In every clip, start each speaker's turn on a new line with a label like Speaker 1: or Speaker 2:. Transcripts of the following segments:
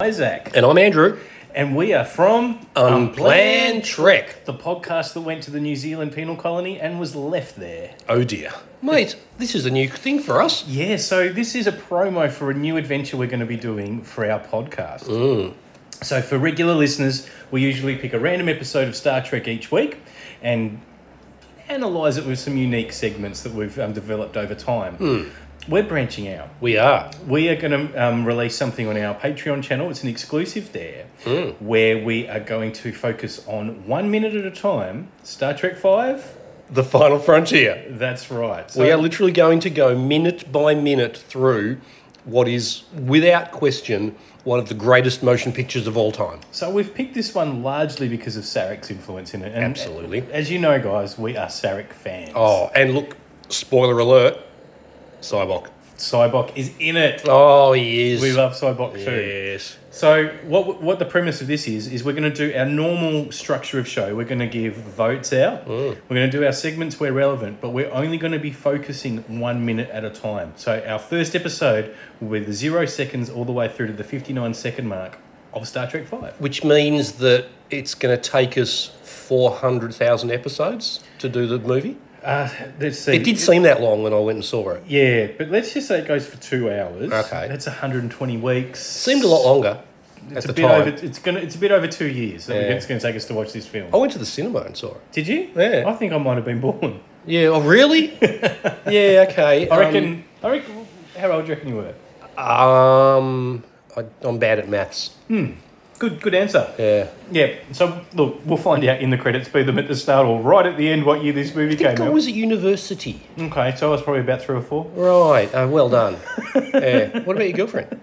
Speaker 1: Isaac,
Speaker 2: And I'm Andrew.
Speaker 1: and we are from
Speaker 2: Unplanned Trek.
Speaker 1: the podcast that went to the New Zealand penal colony and was left there.
Speaker 2: Oh dear. Mate, this is a new thing for us.
Speaker 1: Yeah, so this is a promo for a new adventure we're going to be doing for our podcast. So, for regular listeners, we usually pick a random episode of Star Trek each week and analyze it with some unique segments that we've um, developed over time. We're branching out.
Speaker 2: We are.
Speaker 1: we are going to um, release something on our Patreon channel. It's an exclusive there,
Speaker 2: Hmm.
Speaker 1: where we are going to focus on one minute at a time. Star Trek Five.
Speaker 2: The final frontier.
Speaker 1: That's right. So
Speaker 2: We are literally going to go minute by minute through what is, without question, one of the greatest motion pictures of all time.
Speaker 1: So we've picked this one largely because of Sarek's influence in it. And
Speaker 2: Absolutely.
Speaker 1: As you know, guys, we are Sarek fans.
Speaker 2: Oh, and look, spoiler alert Cybok.
Speaker 1: Cybok is in it.
Speaker 2: Oh, he is.
Speaker 1: We love Cybok too.
Speaker 2: Yes.
Speaker 1: So what what the premise of this is is we're going to do our normal structure of show. We're going to give votes
Speaker 2: Hmm.
Speaker 1: out. We're going to do our segments where relevant, but we're only going to be focusing one minute at a time. So our first episode will be the zero seconds all the way through to the fifty nine second mark of Star Trek Five.
Speaker 2: Which means that it's going to take us 400,000 episodes to do the movie.
Speaker 1: Uh, let's see.
Speaker 2: It did seem that long when I went and saw it.
Speaker 1: Yeah, but let's just say it goes for two hours.
Speaker 2: Okay.
Speaker 1: that's one hundred and twenty weeks.
Speaker 2: Seemed a lot longer at
Speaker 1: It's
Speaker 2: the
Speaker 1: a bit
Speaker 2: time.
Speaker 1: over. It's gonna. It's a bit over two years that we're-
Speaker 2: Yeah.
Speaker 1: it's going to take us to watch this film.
Speaker 2: I went to the cinema and saw it.
Speaker 1: Did you?
Speaker 2: Yeah.
Speaker 1: I think I might have been born.
Speaker 2: Yeah. Oh, really? yeah. Okay.
Speaker 1: I reckon. I reckon. How old do you reckon you were?
Speaker 2: Um, um, I, I'm bad at maths.
Speaker 1: Good, good answer.
Speaker 2: Yeah.
Speaker 1: Yeah. So look, we'll find out in the credits, be them at the start or right at the end, what year this movie
Speaker 2: I think
Speaker 1: came
Speaker 2: I
Speaker 1: out.
Speaker 2: was at university.
Speaker 1: okay, so I was probably about three or four.
Speaker 2: Right. Oh, well done. yeah. What about your girlfriend?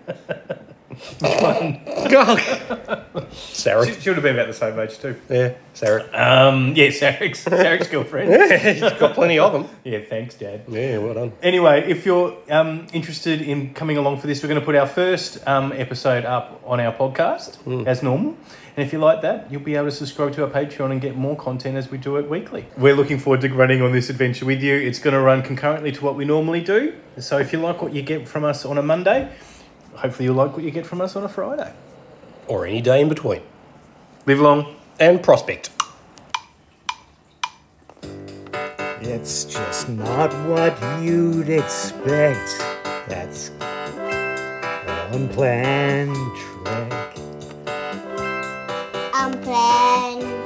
Speaker 2: God. Sarah.
Speaker 1: She, she would have been about the same age too.
Speaker 2: Yeah. Sarah.
Speaker 1: Um, yeah, Sarek's, Sarek's girlfriend.
Speaker 2: She's got plenty of them.
Speaker 1: yeah, thanks, Dad.
Speaker 2: Yeah. Well done.
Speaker 1: Anyway, if you're um, interested in coming along for this, we're going to put our first um, episode up on our podcast as normal. And if you like that, you'll be able to subscribe to our Patreon and get more content as we do it weekly. We're looking forward to running on this adventure with you. It's going to run concurrently to what we normally do. So if you like what you get from us on a Monday, hopefully you'll like what you get from us on a Friday.
Speaker 2: Or any day in between.
Speaker 1: Live long.
Speaker 2: And prospect.
Speaker 3: It's just not what you'd expect. That's an unplanned trick.
Speaker 4: unplanned